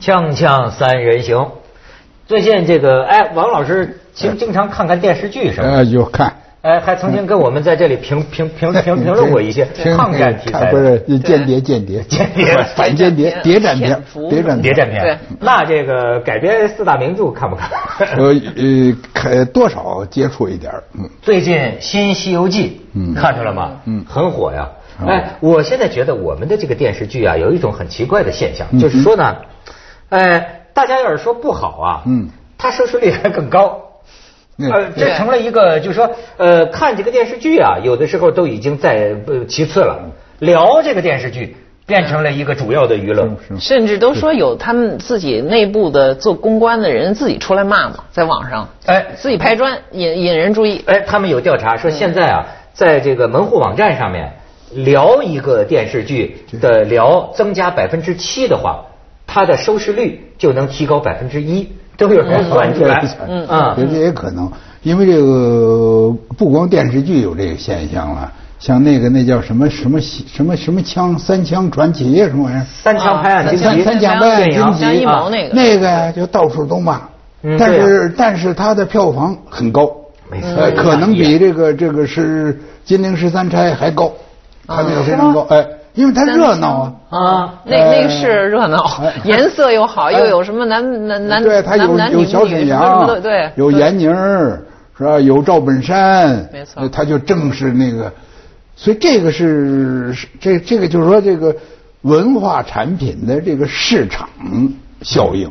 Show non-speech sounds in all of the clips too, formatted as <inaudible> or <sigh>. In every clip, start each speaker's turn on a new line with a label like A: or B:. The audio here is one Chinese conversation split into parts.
A: 锵锵三人行，最近这个哎，王老师其实经常看看电视剧什么的，
B: 呃，有看。
A: 哎，还曾经跟我们在这里评评评评
B: <laughs>
A: 评论过一些
B: 嗯听
A: 抗战题材
B: 哎看
A: 的，
B: 不是间谍，间谍，
A: <laughs> 间谍
B: <laughs> 反间谍，谍战片
C: 潜，伏
B: 谍战
A: 谍战
C: 对
A: 片。那这个改编四大名著看不看？
B: <laughs> 呃呃，看多少接触一点儿嗯，
A: 最近《新西游记》，
B: 嗯
A: 看出来吗？
B: 嗯
A: 很火呀。
B: 哦
A: 哎，我现在觉得我们的这个电视剧啊，有一种很奇怪的现象，
B: 嗯
A: 就是说呢，呃，大家要是说不好啊，
B: 嗯，
A: 它收视率还更高。
B: 嗯
A: 呃，这
C: 对
A: 成了一个，就是说，呃，看这个电视剧啊，有的时候都已经在呃其次
B: 嗯
A: 了，聊这个电视剧变成了一个主要的娱乐。
B: 嗯是
C: 甚至都说有他们自己内部的做公关的人自己出来骂嘛，在网上，
A: 哎
C: 自己拍砖引引人注意。
A: 哎，他们有调查说，现在啊，在这个门户网站上面聊一个电视剧的聊增加百分之七的话，它的收视率就能提高百分之一，都有人算
B: <laughs>
A: 出来。
B: 嗯
A: 啊
B: 这也可能，因为这个不光电视剧有这个现象了，像那个那叫什么什么什么什么枪三枪传奇啊什么玩意儿，
A: 三枪
C: 啊
A: 拍案惊
B: 三
A: 奇，
B: 三枪拍案
A: 电影
B: 惊
C: 像
B: 奇啊
C: 一毛那个啊
B: 那个呀就到处都骂
A: 嗯，
B: 但
A: 对
B: 是但是它的票房很高，
A: 没错
B: 呃可能比这个这个是《金陵十三钗》还高，它
C: 啊
B: 那个非常高，哎，因为它热闹啊。
A: 啊，
C: 那
B: 呃
C: 那个是热闹
B: 哎，
C: 颜色又好，
B: 哎
C: 又有什么男男男
B: 对他
C: 男
B: 有
C: 男女
B: 有
C: 女
B: 小
C: 什么
B: 沈
C: 什么
B: 阳啊
C: 的，，对，
B: 有
C: 对
B: 闫妮儿是吧？有赵本山，
C: 没错
B: 呃他就正是那个，所以这个是是这这个就是说这个文化产品的这个市场效应。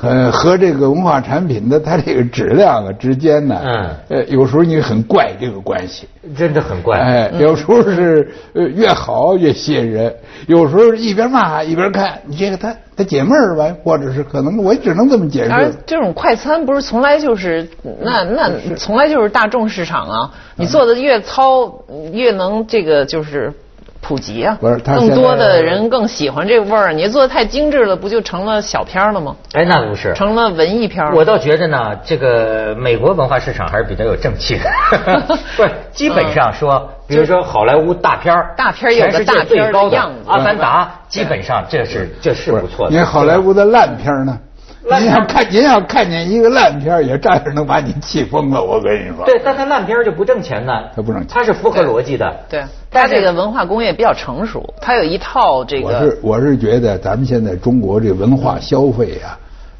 B: 呃，和这个文化产品的它这个质量啊之间呢，
A: 嗯
B: 呃，有时候你很怪这个关系，
A: 真的很怪。
B: 哎，
C: 嗯
B: 有时候是呃越好越吸引人，有时候一边骂一边看，你这个他他解闷儿吧，或者是可能我只能这么解
C: 而
B: 释。
C: 这种快餐不是从来就是那
B: 嗯
C: 那从来就是大众市场啊，你做的越糙，越能这个就是普及啊，
B: 不是他
C: 更多
B: 现在
C: 的人更喜欢这味儿。你做的太精致了，不就成了小片儿了吗？
A: 哎，那不是。
C: 成了文艺片儿了。
A: 我倒觉得呢，这个美国文化市场还是比较有正气
C: <laughs>
A: 的，不是？基本上说，比如说好莱坞大片儿，
C: 嗯大片儿有个
A: 全世界
C: 大片儿的
A: 最高
C: 样子嗯
A: 阿凡达》，基本上这是这是不错的。
B: 你看好莱坞的烂片儿呢，
A: 烂
B: 您
A: 片儿
B: 要看您要看见一个烂片儿，也照样能把你气疯了。我跟你说，
A: 对，但它烂片儿就不挣钱呢，
B: 它不挣钱
A: 它是符合逻辑的。
C: 对，
A: 但
C: 它
A: 是
C: 这个文化工业比较成熟，它有一套这
B: 我
C: 个
B: 是我是觉得咱们现在中国这文化消费啊，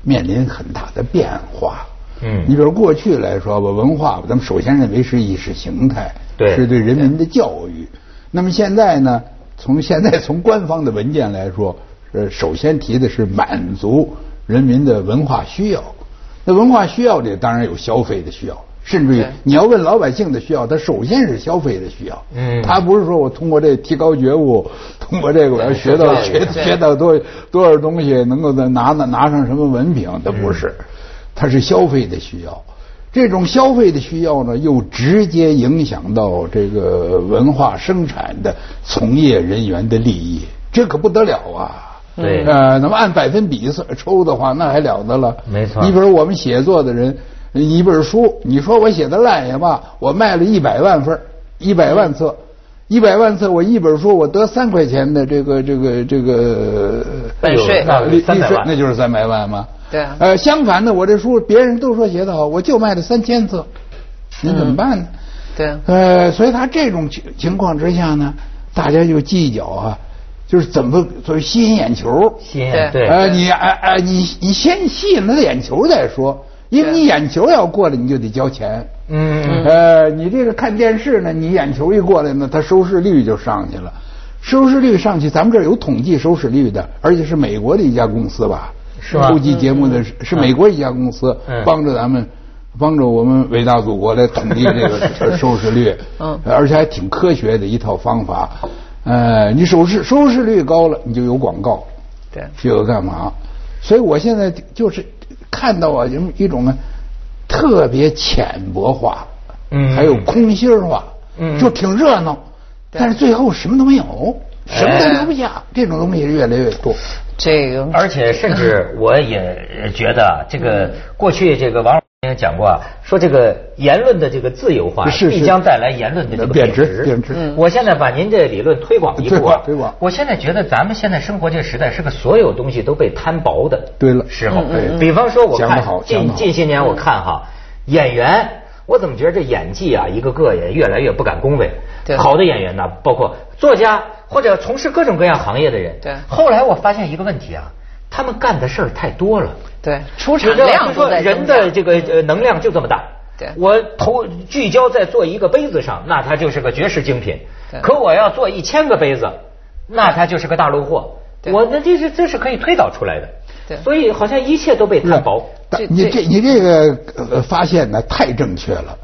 B: 面临很大的变化。
A: 嗯
B: 你比如过去来说吧，文化咱们首先认为是意识形态，
A: 对
B: 是对人民的教育。那么现在呢，从现在从官方的文件来说，呃，首先提的是满足人民的文化需要。那文化需要里当然有消费的需要，甚至于
C: 对
B: 你要问老百姓的需要，他首先是消费的需要。
A: 嗯
B: 他不是说我通过这提高觉悟，通过这个我要学到
A: 对
B: 学
C: 对
B: 学到多多少东西，能够再拿拿拿上什么文凭，
A: 嗯
B: 它不是，它是消费的需要。这种消费的需要呢，又直接影响到这个文化生产的从业人员的利益，这可不得了啊！
A: 对
B: 呃，那么按百分比算抽的话，那还了得了？
A: 没错
B: 你比如我们写作的人，一本书，你说我写的烂也罢，我卖了一百万份儿，一百万册，一百万册，我一本书我得三块钱的这个这个这个
C: 版
A: 哎
C: 税
A: 呦那
B: 利利
A: 三百
B: 税
A: 万，
B: 那就是三百万嘛。
C: 对啊
B: 呃，相反的，我这书别人都说写得好，我就卖了三千册，你怎么办呢？
C: 嗯对啊
B: 呃，所以他这种情情况之下呢，大家就计较啊，就是怎么所谓吸引眼球。
A: 吸引对嗯
B: 呃，你哎哎、你你先吸引他的眼球再说，因为
C: 对啊
B: 你眼球要过来，你就得交钱。
A: 嗯，
B: 呃，你这个看电视呢，你眼球一过来呢，它收视率就上去了，收视率上去，咱们这儿有统计收视率的，而且是美国的一家公司吧，
A: 是吧
B: 收集节目的是是美国一家公司
A: 嗯
B: 帮着咱们。帮着我们伟大祖国来统计这个收
A: <laughs>
B: 视率，
C: 嗯
B: 而且还挺科学的一套方法。呃，你收视收视率高了，你就有广告，
C: 对
B: 这个干嘛？所以我现在就是看到啊，有一种啊特别浅薄化，
A: 嗯
B: 还有空心儿化，
A: 嗯
B: 就挺热闹，
C: 对
B: 但是最后什么都没有，什么都
A: 哎
B: 留不下，这种东西越来越多。
C: 这个
B: <laughs> 嗯
A: 而且甚至我也觉得啊这个过去这个王。前讲过啊，说这个言论的这个自由化
B: 是是
A: 必将带来言论的这个
B: 贬值
A: 值。
B: 贬值嗯
A: 我现在把您这理论推广一步啊，
B: 推广推广
A: 我现在觉得咱们现在生活这个时代是个所有东西都被摊薄的。
B: 对了
A: 时候，
B: 嗯嗯
A: 比方说我
B: 讲
A: 看
B: 得好讲得
A: 近
B: 好
A: 近些年我看哈演员，我怎么觉得这演技啊一个个也越来越不敢恭维。
C: 对
A: 好的演员呢，包括作家或者从事各种各样行业的人。
C: 对
A: 后来我发现一个问题啊，他们干的事儿太多了。
C: 对，出
A: 你
C: 产
A: 知道
C: 量
A: 就
C: 都
A: 说
C: 在
A: 人
C: 增加
A: 的这个呃能量就这么大。
C: 对
A: 我投聚焦在做一个杯子上，那它就是个绝世精品
C: 对。
A: 可我要做一千个杯子，那它就是个大陆货。
C: 对
A: 我那这是这是可以推导出来的。
C: 对
A: 所以好像一切都被
B: 不是
A: 摊薄。
B: 但
C: 这
B: 你
C: 这
B: 这你这个呃发现呢太正确了，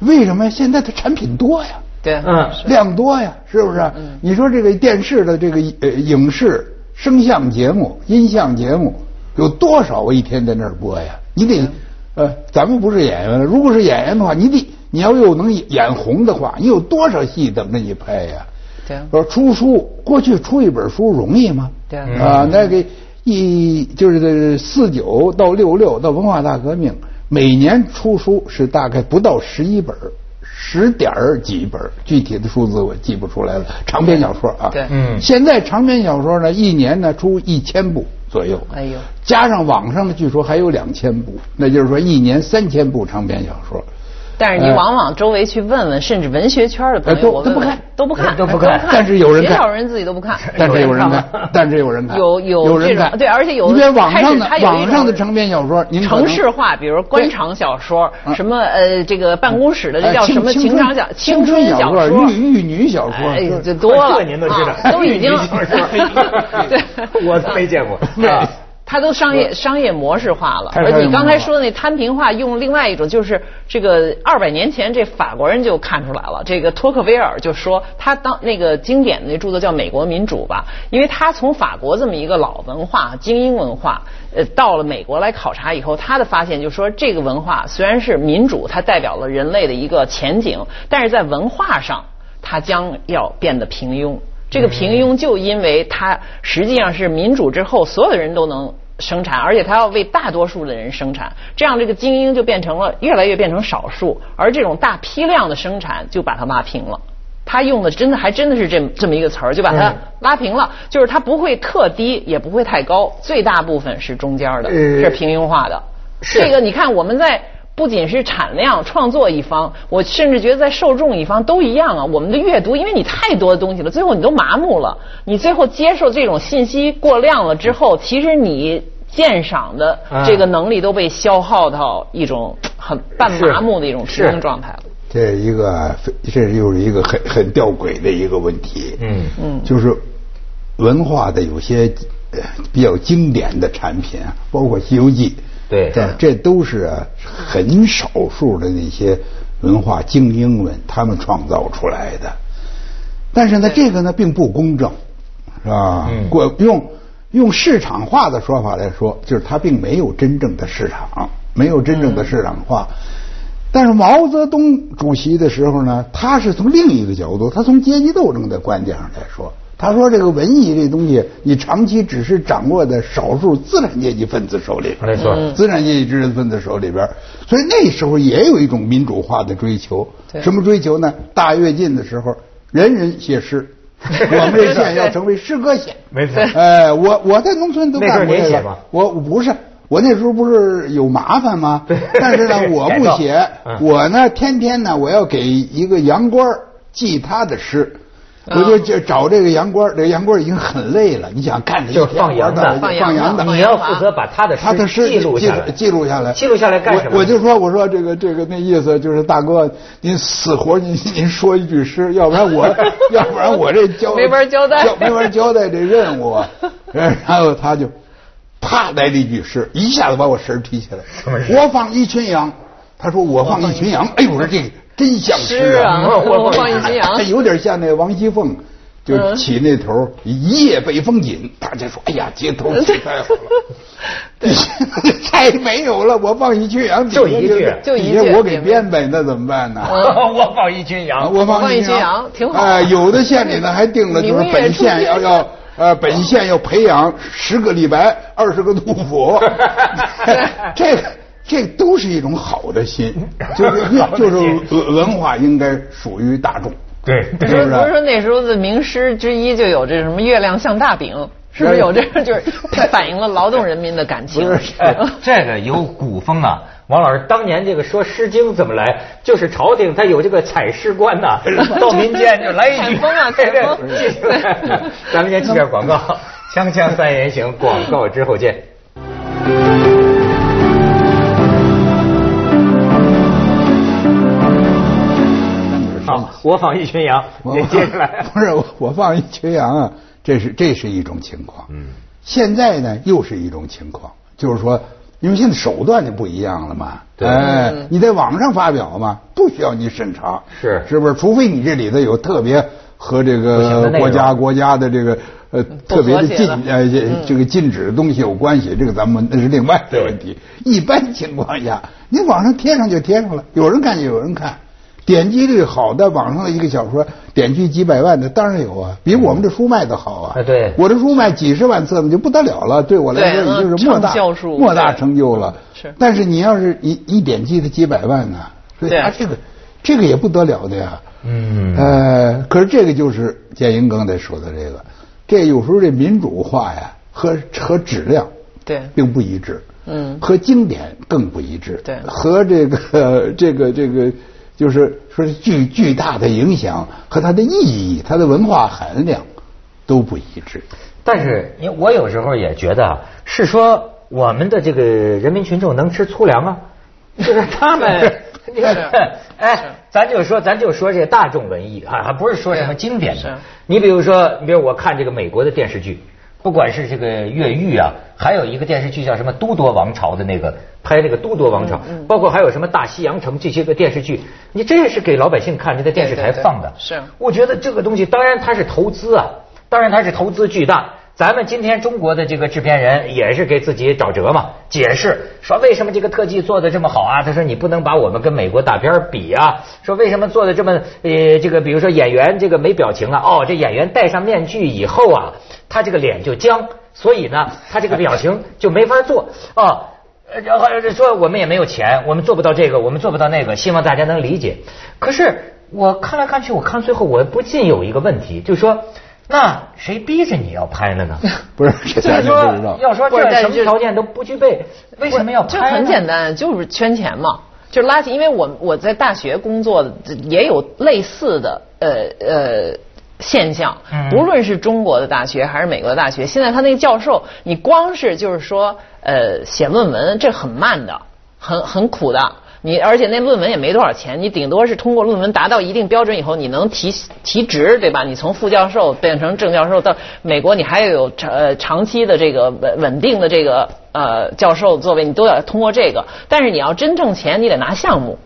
B: 为什么现在的产品多呀？
C: 对，
A: 嗯，
B: 量多呀，是不是？你说这个电视的这个呃影视、声像节目、音像节目有多少一天在那儿播呀？你得，呃，咱们不是演员了，如果是演员的话，你得你要有能演红的话，你有多少戏等着你拍呀？
C: 对啊
B: 说出书，过去出一本书容易吗？
C: 对
B: 啊，那个一就是四九到六六到文化大革命，每年出书是大概不到十一本儿，十点儿几本儿，具体的数字我记不出来了。长篇小说啊，
C: 对
A: 嗯
B: 现在长篇小说呢，一年呢出一千部左右，
C: 哎呦
B: 加上网上的据说还有两千部，那就是说一年三千部长篇小说。
C: 但是你
B: 呃
C: 往往周围去问问，甚至文学圈的朋
B: 哎
C: 友，
B: 都
C: 我问问
B: 都
C: 都
B: 不
C: 不
B: 看
C: 看，
A: 都不看
C: 看。
B: 但是有人看
C: 很少人自己都不看。
B: <laughs> 但是有
A: 有人看
B: 人
A: 吗
B: 看，但是有人看，
C: 有有
B: 有人
C: 这种
B: 看，
C: 对而且有的
B: 你比如网
C: 开始
B: 上的
C: 它有一种
B: 网上的长篇小说，您可能
C: 城市化，比如官场小说
B: 嗯，
C: 什么呃，这个办公室的这
B: 哎
C: 叫
B: 青
C: 什么
B: 青
C: 情
B: 春
C: 场小
B: 青
C: 春
B: 春小
C: 说，
B: 说玉玉女小说
C: 哎
B: 是吧
C: 这多了，
A: 这您都知道
C: 啊 <laughs> 都
A: <laughs>
C: 已经 <laughs> 对，
A: 我都没见过。
C: <laughs>
A: 啊
C: 它都商业商业模式化了，
B: 太
C: 而
B: 商业
C: 你刚
B: 模式
C: 才
B: 化
C: 说的那摊平化，用另外一种就是这个二百年前这法国人就看出来了。这个托克维尔就说他当那个经典的那著作叫《美国民主》吧，因为他从法国这么一个老文化精英文化，呃，到了美国来考察以后，他的发现就说这个文化虽然是民主，它代表了人类的一个前景，但是在文化上它将要变得平庸。这个平庸就因为它实际上是民主之后，所有的人都能生产，而且它要为大多数的人生产，这样这个精英就变成了越来越变成少数，而这种大批量的生产就把它拉平了。他用的真的还真的是这这么一个词儿，就把它
A: 嗯
C: 拉平了，就是它不会特低，也不会太高，最大部分是中间的，
A: 呃
C: 是平庸化的。
A: 是
C: 这个你看我们在。不仅是产量、创作一方，我甚至觉得在受众一方都一样啊。我们的阅读，因为你太多的东西了，最后你都麻木了。你最后接受这种信息过量了之后，其实你鉴赏的这个能力都被消耗到一种很半麻木的一种
A: 是
C: 平衡状态了。
B: 这是一个非，这是又是一个很很吊诡的一个问题。
A: 嗯
C: 嗯
B: 就是文化的有些呃比较经典的产品啊，包括《西游记》，
A: 对
B: 这这都是啊很少数的那些文化精英们他们创造出来的。但是呢，这个呢并不公正，是吧？
A: 嗯
B: 过用用市场化的说法来说，就是它并没有真正的市场，没有真正的市场化。但是毛泽东主席的时候呢，他是从另一个角度，他从阶级斗争的观点上来说，他说这个文艺这东西，你长期只是掌握在少数资产阶级分子手里，
A: 没错嗯
B: 资产阶级知识分子手里边儿，所以那时候也有一种民主化的追求。
C: 对
B: 什么追求呢？大跃进的时候，人人写诗，我们这县要成为诗歌县。
A: <laughs> 没错
B: 哎，我我在农村都
A: 那时候
B: 干过
A: 您
B: 这
A: 写
B: 个
A: 吗。，
B: 我我不是，我那时候不是有麻烦吗？但是呢我不写
A: 改造， <laughs> 嗯
B: 我呢天天呢，我要给一个杨官儿记他的诗。
A: 嗯
C: 啊
B: 我就就找这个杨官儿，这个杨官儿已经很累了。你想干这一
A: 就是
B: 天
A: 放羊的
B: 玩到
C: 放羊
B: 放
C: 的
B: 羊的，
A: 你要负责把他的
B: 他的诗
A: 记录下来，
B: 记录下来，
A: 记录下来干什么呢？
B: 我我就说，我说这个这个那意思就是，大哥，您死活您您说一句诗，要不
A: <laughs>
B: 然我要不然我这交
C: 没法交代
B: 交没法交代这任
A: <laughs>
B: 务啊。然后他就啪来了一句诗，一下子把我神儿提起来。
A: 什么诗
B: 我放一群羊，他说我放一群羊。哎呦，我说这个真像诗 <laughs> 啊！
C: 诗啊
A: 我
C: <laughs> 我放一群羊
B: 这有点像那个王熙凤。就
C: 嗯
B: 起那头儿一夜北风紧，大家说：“哎呀，街
C: <laughs>
B: 头起太好了。” <laughs> 太没有了，我放一句羊，
A: 就一句
C: 就一句嗯
B: 底下我给编呗，那怎么办
A: <laughs>
B: 呢？啊
A: 我放一群羊。
B: 我放
C: 一句羊挺好啊
B: 哎，有的县里呢还定
C: <laughs>
B: 了，就是
C: 明月
B: 本县要
C: 出西 <laughs>
B: 要呃，本
C: <laughs>
B: 县要培养十个李白，二十个杜甫。这个这都是一种好的心，就是
A: <laughs>
B: 就是文文化应该属于大众。
A: 对，
C: 不
B: 是
C: 是
B: 不
C: 不
B: 是
C: 是说那时候的名师之一就有这什么月亮像大饼，是不是有这 <laughs> 就是反映了劳动人民的感情？
A: <laughs>
C: <laughs>
A: 哎，这个有古风啊，王老师当年这个说《诗经》怎么来，就是朝廷他有这个采诗官
C: <laughs>
A: 呐、到民间就来一句
C: 采风
A: <laughs>
C: 啊采风
A: 对对对咱们先去点广告，《锵锵三人行》广告之后见。嗯好，我访一群羊，
B: 嗯我
A: 您接着来。
B: 不是我我放一缺氧啊，这是这是一种情况。
A: 嗯，
B: 现在呢又是一种情况，就是说，因为现在手段就不一样了嘛。
A: 对
B: 哎，你在网上发表嘛，不需要你审查，
A: 是
B: 是不是？除非你这里头有特别和这
A: 不行的
B: 个
A: 内容嗯
B: 国家国家的这个呃
C: 不
B: 特别的
C: 和谐
B: 禁
C: 了
B: 呃这这个禁止的东西有关系，这个咱们那是另外的
A: 对
B: 问题。一般情况下，你网上贴上就贴上了，有人看就有人看。点击率好的网上的一个小说，点击几百万的当然有啊，比我们这书卖的好啊。
C: 哎
A: 啊对
B: 我这书卖几十万册的就不得了了，对我来说
C: 对嗯
B: 已经
C: 那
B: 是莫大
C: 畅销书
B: 莫大成就了。
C: 是
B: 但是你要是一一点击的几百万呢、所以
C: 对
B: 他这个这个也不得了的呀。
A: 嗯
B: 呃，可是这个就是建英刚才说的这个，这有时候这民主化呀和和质量
C: 对
B: 并不一致，
C: 嗯
B: 和经典更不一致，
C: 对
B: 和这个这个这个就是说是巨巨大的影响和它的意义、它的文化含量都不一致。
A: 但是，因为我有时候也觉得，啊，是说我们的这个人民群众能吃粗粮啊， <laughs> 就是他 <laughs> 们，你看
C: 是是
A: 哎，咱就说，咱就说这大众文艺啊，还不是说什么经典
C: 是
A: 的。你比如说，你比如我看这个美国的电视剧，不管是这个越狱啊，还有一个电视剧叫什么《都铎王朝》的那个，拍那个《都铎王朝》，包括还有什么《大西洋城》这些个电视剧，你这是给老百姓看，这在电视台
C: 对对对
A: 放的。
C: 是
A: 我觉得这个东西当然它是投资啊，当然它是投资巨大。咱们今天中国的这个制片人也是给自己找辙嘛，解释说为什么这个特技做的这么好啊？他说你不能把我们跟美国大片儿比啊，说为什么做的这么呃这个比如说演员这个没表情啊，哦这演员戴上面具以后啊，他这个脸就僵，所以呢他这个表情就没法做啊。呃然后说我们也没有钱，我们做不到这个，我们做不到那个，希望大家能理解。可是我看来看去，我看最后我不禁有一个问题，就是说，那谁逼着你要拍 <laughs> 了呢？
B: 不
A: 就是
B: 是，这咱就不知
A: 说
B: 道，。
A: 要说
C: 不是
A: 这
C: 但
A: 什
C: 是
A: 么
C: 就
A: 条件都不具备，为什么要
C: 就
A: 拍呢？
C: 很简单，就是圈钱嘛，就是拉近。因为我我在大学工作也有类似的呃呃现象
A: 嗯，
C: 无论是中国的大学还是美国的大学，现在他那个教授，你光是就是说呃写论文，这很慢的，很很苦的。你而且那论文也没多少钱，你顶多是通过论文达到一定标准以后，你能提提职，对吧？你从副教授变成正教授，到美国你还要有长呃长期的这个稳稳定的这个呃教授座位，你都要通过这个。但是你要真挣钱，你得拿项目。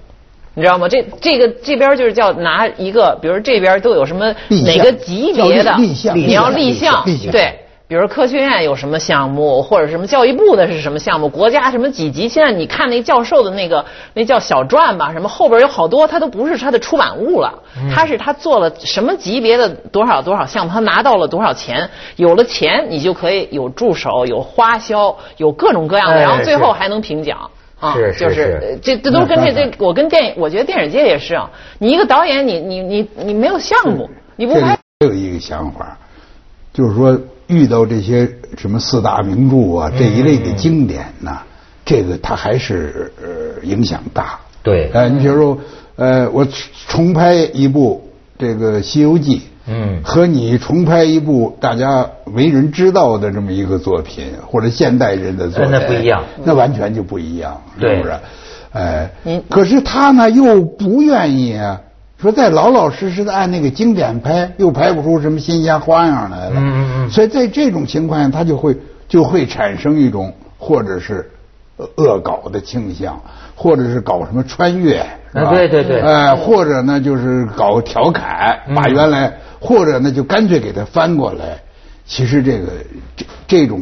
C: 你知道吗？这这个这边就是叫拿一个，比如这边都有什么
B: 立项
C: 哪个级别的
B: 叫，立立项
C: 你要立
B: 立项
C: 项
B: 立项，
C: 对，比如科学院有什么项目，或者什么教育部的是什么项目，国家什么几级？现在你看那教授的那个那叫小传吧，什么后边有好多，他都不是他的出版物了，
B: 嗯
C: 他是他做了什么级别的多少多少项目，他拿到了多少钱，有了钱你就可以有助手，有花销，有各种各样的，
A: 哎
C: 然后最后
A: 是
C: 还能评奖。啊，
A: 是是
C: 就是呃这这都跟这这，我跟电影，我觉得电影界也是啊。你一个导演，你你你你没有项目，你不
B: 这
C: 拍
B: 里还有一个想法，就是说遇到这些什么四大名著啊这一类
A: 嗯
B: 的经典呐，这个它还是呃影响大。
A: 对 <laughs>
B: 呃，你比如说，呃，我重拍一部这个《西游记》，
A: 嗯
B: 和你重拍一部大家为人知道的这么一个作品，或者现代人的作品，
A: 那不一样
B: 那完全就不一样，
A: 对
B: 是不是？哎
C: 您，
B: 可是他呢又不愿意啊，说再老老实实的按那个经典拍，又拍不出什么新鲜花样来了。
A: 嗯嗯嗯
B: 所以在这种情况下，他就会就会产生一种或者是呃恶搞的倾向，或者是搞什么穿越，是
A: 啊
B: 吧
A: 对对对
B: 呃，或者呢就是搞调侃，
A: 嗯
B: 把原来，或者呢就干脆给它翻过来。其实这个这这种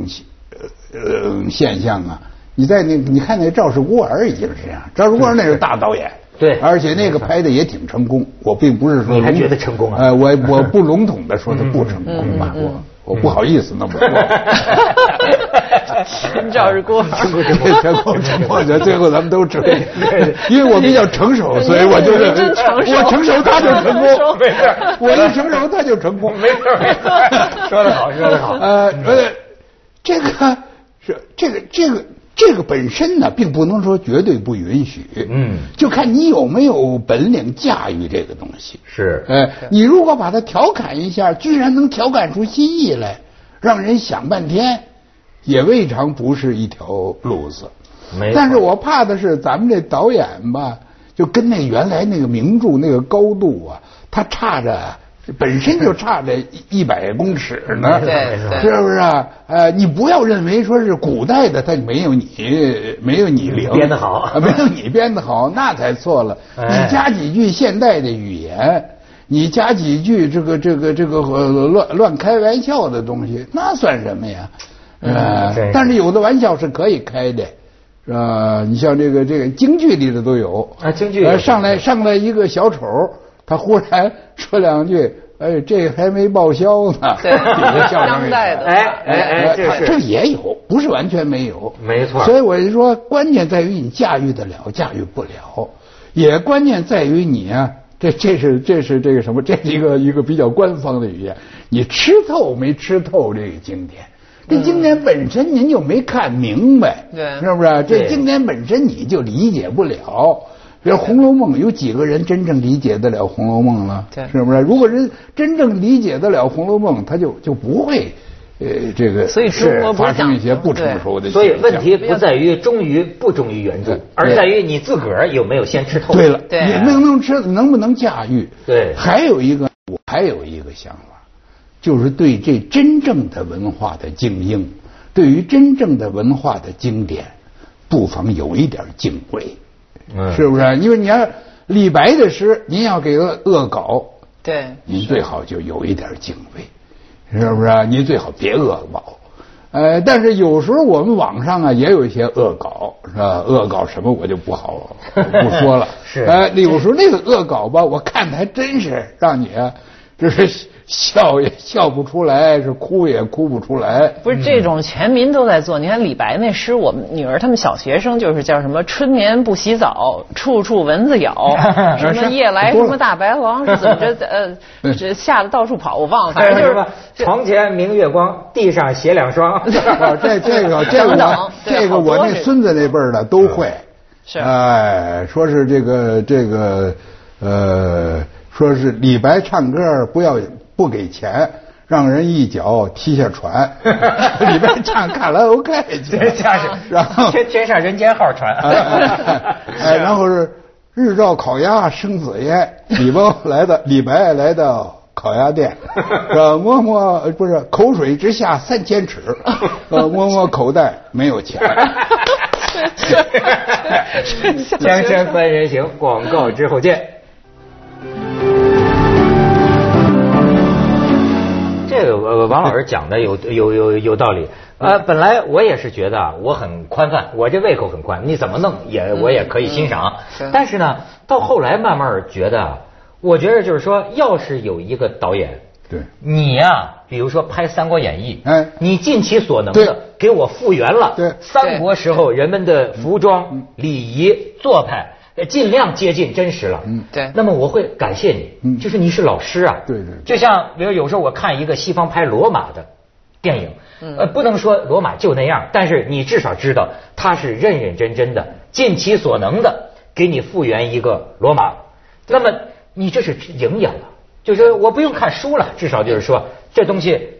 B: 呃呃现象啊，你在那你看那赵氏孤儿已经是这样，赵氏孤儿那是大导演。
A: 对
B: 而且那个拍的也挺成功，我并不是说
A: 你还
B: 笼
A: 觉得成功啊
B: 呃，我我不笼统的说他不成功吧，
C: 嗯嗯嗯
B: 我我不好意思
A: <laughs>
B: 那么说。
C: 你找
A: <laughs>
C: 是郭
B: 全国全国沉默者，最后咱们都成，因为我比较成熟，所以我就是
C: 真成熟，
B: 我成熟他就成功，
A: 没事儿
B: 我一成熟他就成功，
A: 没事儿没事儿，说得好，说得好。
B: 呃呃，这个是这个这个这个本身呢，并不能说绝对不允许，
A: 嗯
B: 就看你有没有本领驾驭这个东西。
A: 是
B: 哎，你如果把它调侃一下，居然能调侃出新意来，让人想半天，也未尝不是一条路子。
A: 没错
B: 但是我怕的是咱们这导演吧，就跟那原来那个名著那个高度啊，它差着本
A: <laughs>
B: 身就差着一一百公尺呢。
C: 对对
B: 是不是啊？呃，你不要认为说是古代的，它没有你没有你灵，
A: 编得好
B: 啊没有你编得好，那才错了。
A: 哎
B: 你加几句现代的语言，你加几句这个这个这个呃乱乱开玩笑的东西，那算什么呀？呃
A: 嗯对，
B: 但是有的玩笑是可以开的。是吧？你像这个这个京剧里的都有
A: 啊京剧
B: 呃
A: 有
B: 上来上来一个小丑，他忽然说两句，哎，这还没报销呢，
C: 对
B: 底下笑声
C: 当代的
A: 哎哎哎，这
B: 这
A: 是
B: 也有，不是完全没有，
A: 没错
B: 所以我就说，关键在于你驾驭得了，驾驭不了，也关键在于你啊，这这是这是这个什么？这是一个一个比较官方的语言，你吃透没吃透这个经典？这
A: 嗯
B: 经典本身您就没看明白，
C: 对
B: 是不是？
A: 对
B: 这经典本身你就理解不了。比如《红楼梦》，有几个人真正理解得了《红楼梦》了？
C: 对
B: 是不是？如果人真正理解得了《红楼梦》，他就就不会，呃，这个
C: 所以中
B: 是
C: 国不是
B: 发生
C: 讲
B: 一些不成熟的现象。
A: 所以问题不在于忠于不忠于原著
B: 对，
A: 而在于你自个儿有没有先吃透。
B: 对了，
C: 对
B: 你能不能吃，能不能驾驭？
A: 对
B: 还有一个，我还有一个想法，就是对这真正的文化的精英，对于真正的文化的经典，不妨有一点敬畏，
A: 嗯
B: 是不是？因为你要李白的诗，您要给恶恶搞，
C: 对，
B: 您最好就有一点敬畏，是不是啊？您最好别恶搞。呃，但是有时候我们网上啊也有一些恶搞，是吧？恶搞什么我就不好不说了。
A: <laughs> 是
B: 呃，有时候那个恶搞吧，我看的还真是让你啊，就是笑也笑不出来，是哭也哭不出来。”，
C: 不是这种全民都在做。你看李白那诗，我们女儿他们小学生就是叫什么“春眠不洗澡，处处蚊子咬什么
B: 是
C: 夜来什
B: 多了
C: 么大白狼是怎么着？呃，
B: 嗯
C: 这吓得到处跑，我忘了，
A: 还有
C: 反
A: 什
C: 正就是 <laughs>
A: 么床前明月光，地上鞋两
B: <laughs>
A: 双。
B: 啊这这个这
C: 等
B: 个
C: 等
B: 我
C: 对
B: 这个
C: 好多
B: 我那
C: 这个嗯
B: 孙子那辈儿的都会，
C: 是
B: 哎，说是这个这个呃，说是李白唱歌不要不给钱，让人一脚踢下船。 <laughs> 李白唱 <laughs> 卡拉
C: <laughs>
B: OK
A: 这
B: 去了，
A: 下是，
B: <laughs> 然后
A: 天天上人间号传。
B: <laughs>
A: <laughs>
B: 哎，然后是日照烤鸭生紫烟，李包来到李白来到烤鸭店，呃，摸摸呃不是口水直下三千尺，呃，摸摸口袋没有钱。
A: <laughs> 江山三人行，广告之后见。这个呃王老师讲的有有有有道理。呃，本来我也是觉得啊，我很宽泛，我这胃口很宽，你怎么弄也我也可以欣赏
C: 是。
A: 但是呢，到后来慢慢儿觉得啊，我觉得就是说，要是有一个导演，
B: 对，
A: 你呀、比如说拍《三国演义》，
B: 哎
A: 你尽其所能
B: 对
A: 的给我复原了
B: 对
A: 三国时候人们的服装、礼仪、做派，呃尽量接近真实了。
B: 嗯
C: 对
A: 那么我会感谢你，
B: 嗯
A: 就是你是老师啊。
B: 对对对
A: 就像比如有时候我看一个西方拍罗马的电影，
C: 嗯
A: 呃，不能说罗马就那样，但是你至少知道他是认认真真的、尽其所能的给你复原一个罗马。那么你这是营养了，就是说我不用看书了，至少就是说这东西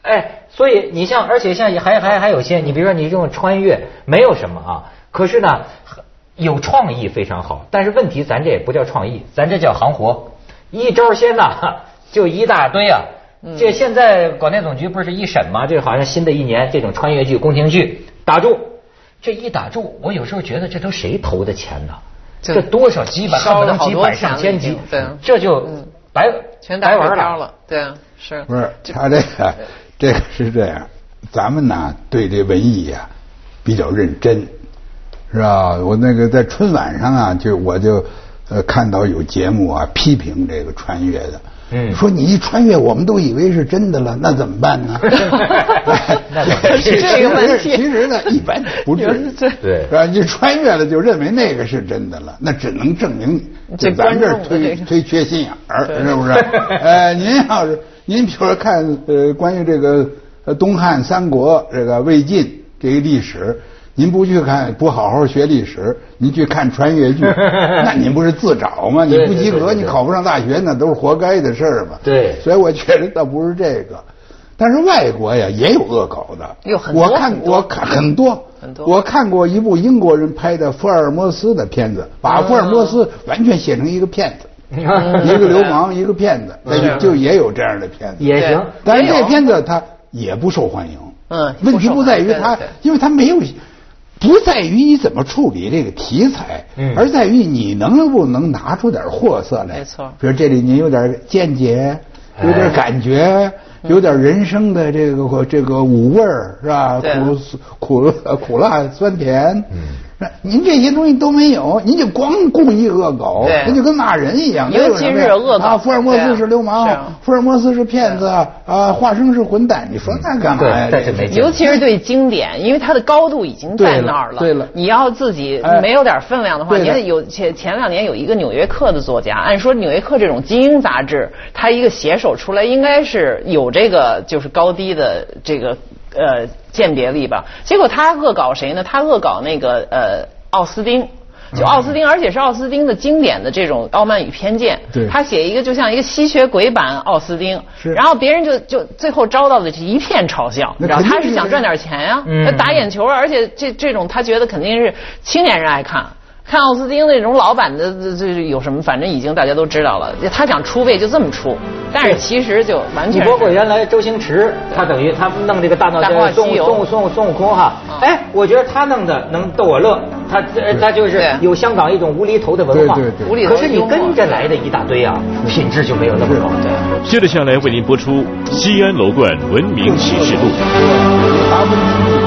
A: 哎，所以你像，而且像还还还有些，你比如说你这种穿越没有什么啊，可是呢有创意非常好，但是问题咱这也不叫创意，咱这叫行活，一招鲜呐、 <laughs> 就一大堆啊。
C: 嗯
A: 这现在广电总局不是一审吗？这好像新的一年这种穿越剧、宫廷剧打住，这一打住，我有时候觉得这都谁投的钱呢？
C: 这
A: 这多少几百、
C: 烧
A: 恨不得
C: 了好
A: 几
C: 多
A: 百
C: 钱
A: 上
C: 了
A: 千
C: 已经
A: 集，
C: 对
A: 这就
C: 嗯
A: 白
C: 全打
A: 白玩
C: 水
A: 儿
C: 漂
A: 了。
C: 了，对啊，是
B: 不是
C: 这
B: 他这
C: <laughs>
B: 个这个是这样，咱们呢对这文艺呀、比较认真，是吧？我那个在春晚上啊，就我就呃看到有节目啊批评这个穿越的，
A: 嗯
B: 说你一穿越，我们都以为是真的了，那怎么办
C: <laughs>
B: 呢？哎
A: 那怎么办
B: 其实
C: 这个问题
B: 其实呢，一般不至于。
A: 对
B: 啊，你穿越了就认为那个是真的了，那只能证明
C: 这
B: 就咱这儿
C: 观众的
B: 推
C: 这个
B: 推缺心眼儿，
C: 对
B: 是不
C: <laughs>
B: 是？呃，您要是您比如说看呃，关于这个呃东汉、三国、这个魏晋这个历史，您不去看，不好好学历史，您去看穿越
C: <laughs>
B: 剧，那您不是自找吗？你
A: 对
B: 不及
A: 对对
B: 格，
A: 对
B: 你
A: 对
B: 考不上大学，那都是活该的事儿嘛。
A: 对
B: 所以我觉得倒不是这个。但是外国呀也有恶搞的，
C: 有很多
B: 我看
C: 很多
B: 我看很多
C: 很多
B: 我看过一部英国人拍的福尔摩斯的片子，把福尔摩斯完全写成一个骗子，
A: 你
C: 嗯
A: 看
B: 啊一个流氓，一个骗子，那
C: 是
B: 就就也有这样的片子。
A: 也行，
B: 但是
C: 也
B: 这
C: 有
B: 片子它也不受欢迎。
C: 嗯
B: 问题不在于
C: 不受欢迎
B: 它
C: 对对对，
B: 因为它没有，不在于你怎么处理这个题材，
A: 嗯
B: 而在于你能不能拿出点货色来。
C: 没错哎
B: 比如这里您有点见解，有点感觉。
C: 嗯
B: 有点人生的这个这个五味儿是吧？
C: 对啊
B: 苦苦苦辣酸甜，
A: 嗯
B: 那您这些东西都没有，您就光故意恶搞，
C: 对
B: 那就跟骂人一样。
C: 尤其
B: 那有什么
C: 是
B: 呀
C: 恶搞
B: 啊，福尔摩
C: 对
B: 斯
C: 啊
B: 是流
C: 是啊
B: 氓，福尔摩斯是骗子啊，化生是混蛋，你说那干嘛呀？
A: 对但是没
C: 尤其是对经典，因为它的高度已经在那儿了。
B: 对了对了
C: 你要自己
B: 哎
C: 没有点分量的话，
B: 对的
C: 你得有前前两年有一个《纽约客》的作家，按说《纽约客》这种精英杂志，它一个写手出来应该是有这个就是高低的这个呃鉴别力吧。结果他恶搞谁呢？他恶搞那个呃奥斯汀。就奥斯汀，而且是奥斯汀的经典的这种《傲慢与偏见》，
B: 嗯对
C: 他写一个就像一个吸血鬼版奥斯汀，
B: 是
C: 然后别人就就最后遭到的是一片嘲笑，
B: 那
C: 然后
B: 肯定
C: 他是
B: 是
C: 想
B: 这
C: 赚
B: 样
C: 点钱呀、
A: 嗯
C: 他打眼球啊，而且这这种他觉得肯定是青年人爱看。看奥斯汀那种老版的，这这有什么？反正已经大家都知道了。他想出位就这么出，但是其实就完
A: 你
C: 全是
A: 包括原来周星驰，他等于他弄这个大闹
C: 大话西
A: 孙悟
C: 游
A: 孙悟孙悟孙悟空哈
C: 啊，
A: 哎，我觉得他弄的能逗我乐，他呃他就是
C: 对
A: 有香港一种无厘头的文化，
B: 对对对
C: 无厘头
A: 可是你跟着来的一大堆啊，品质就没有那么高。
C: 对。
D: 接着下来为您播出《西安楼冠文明启示录》。
B: 答问题。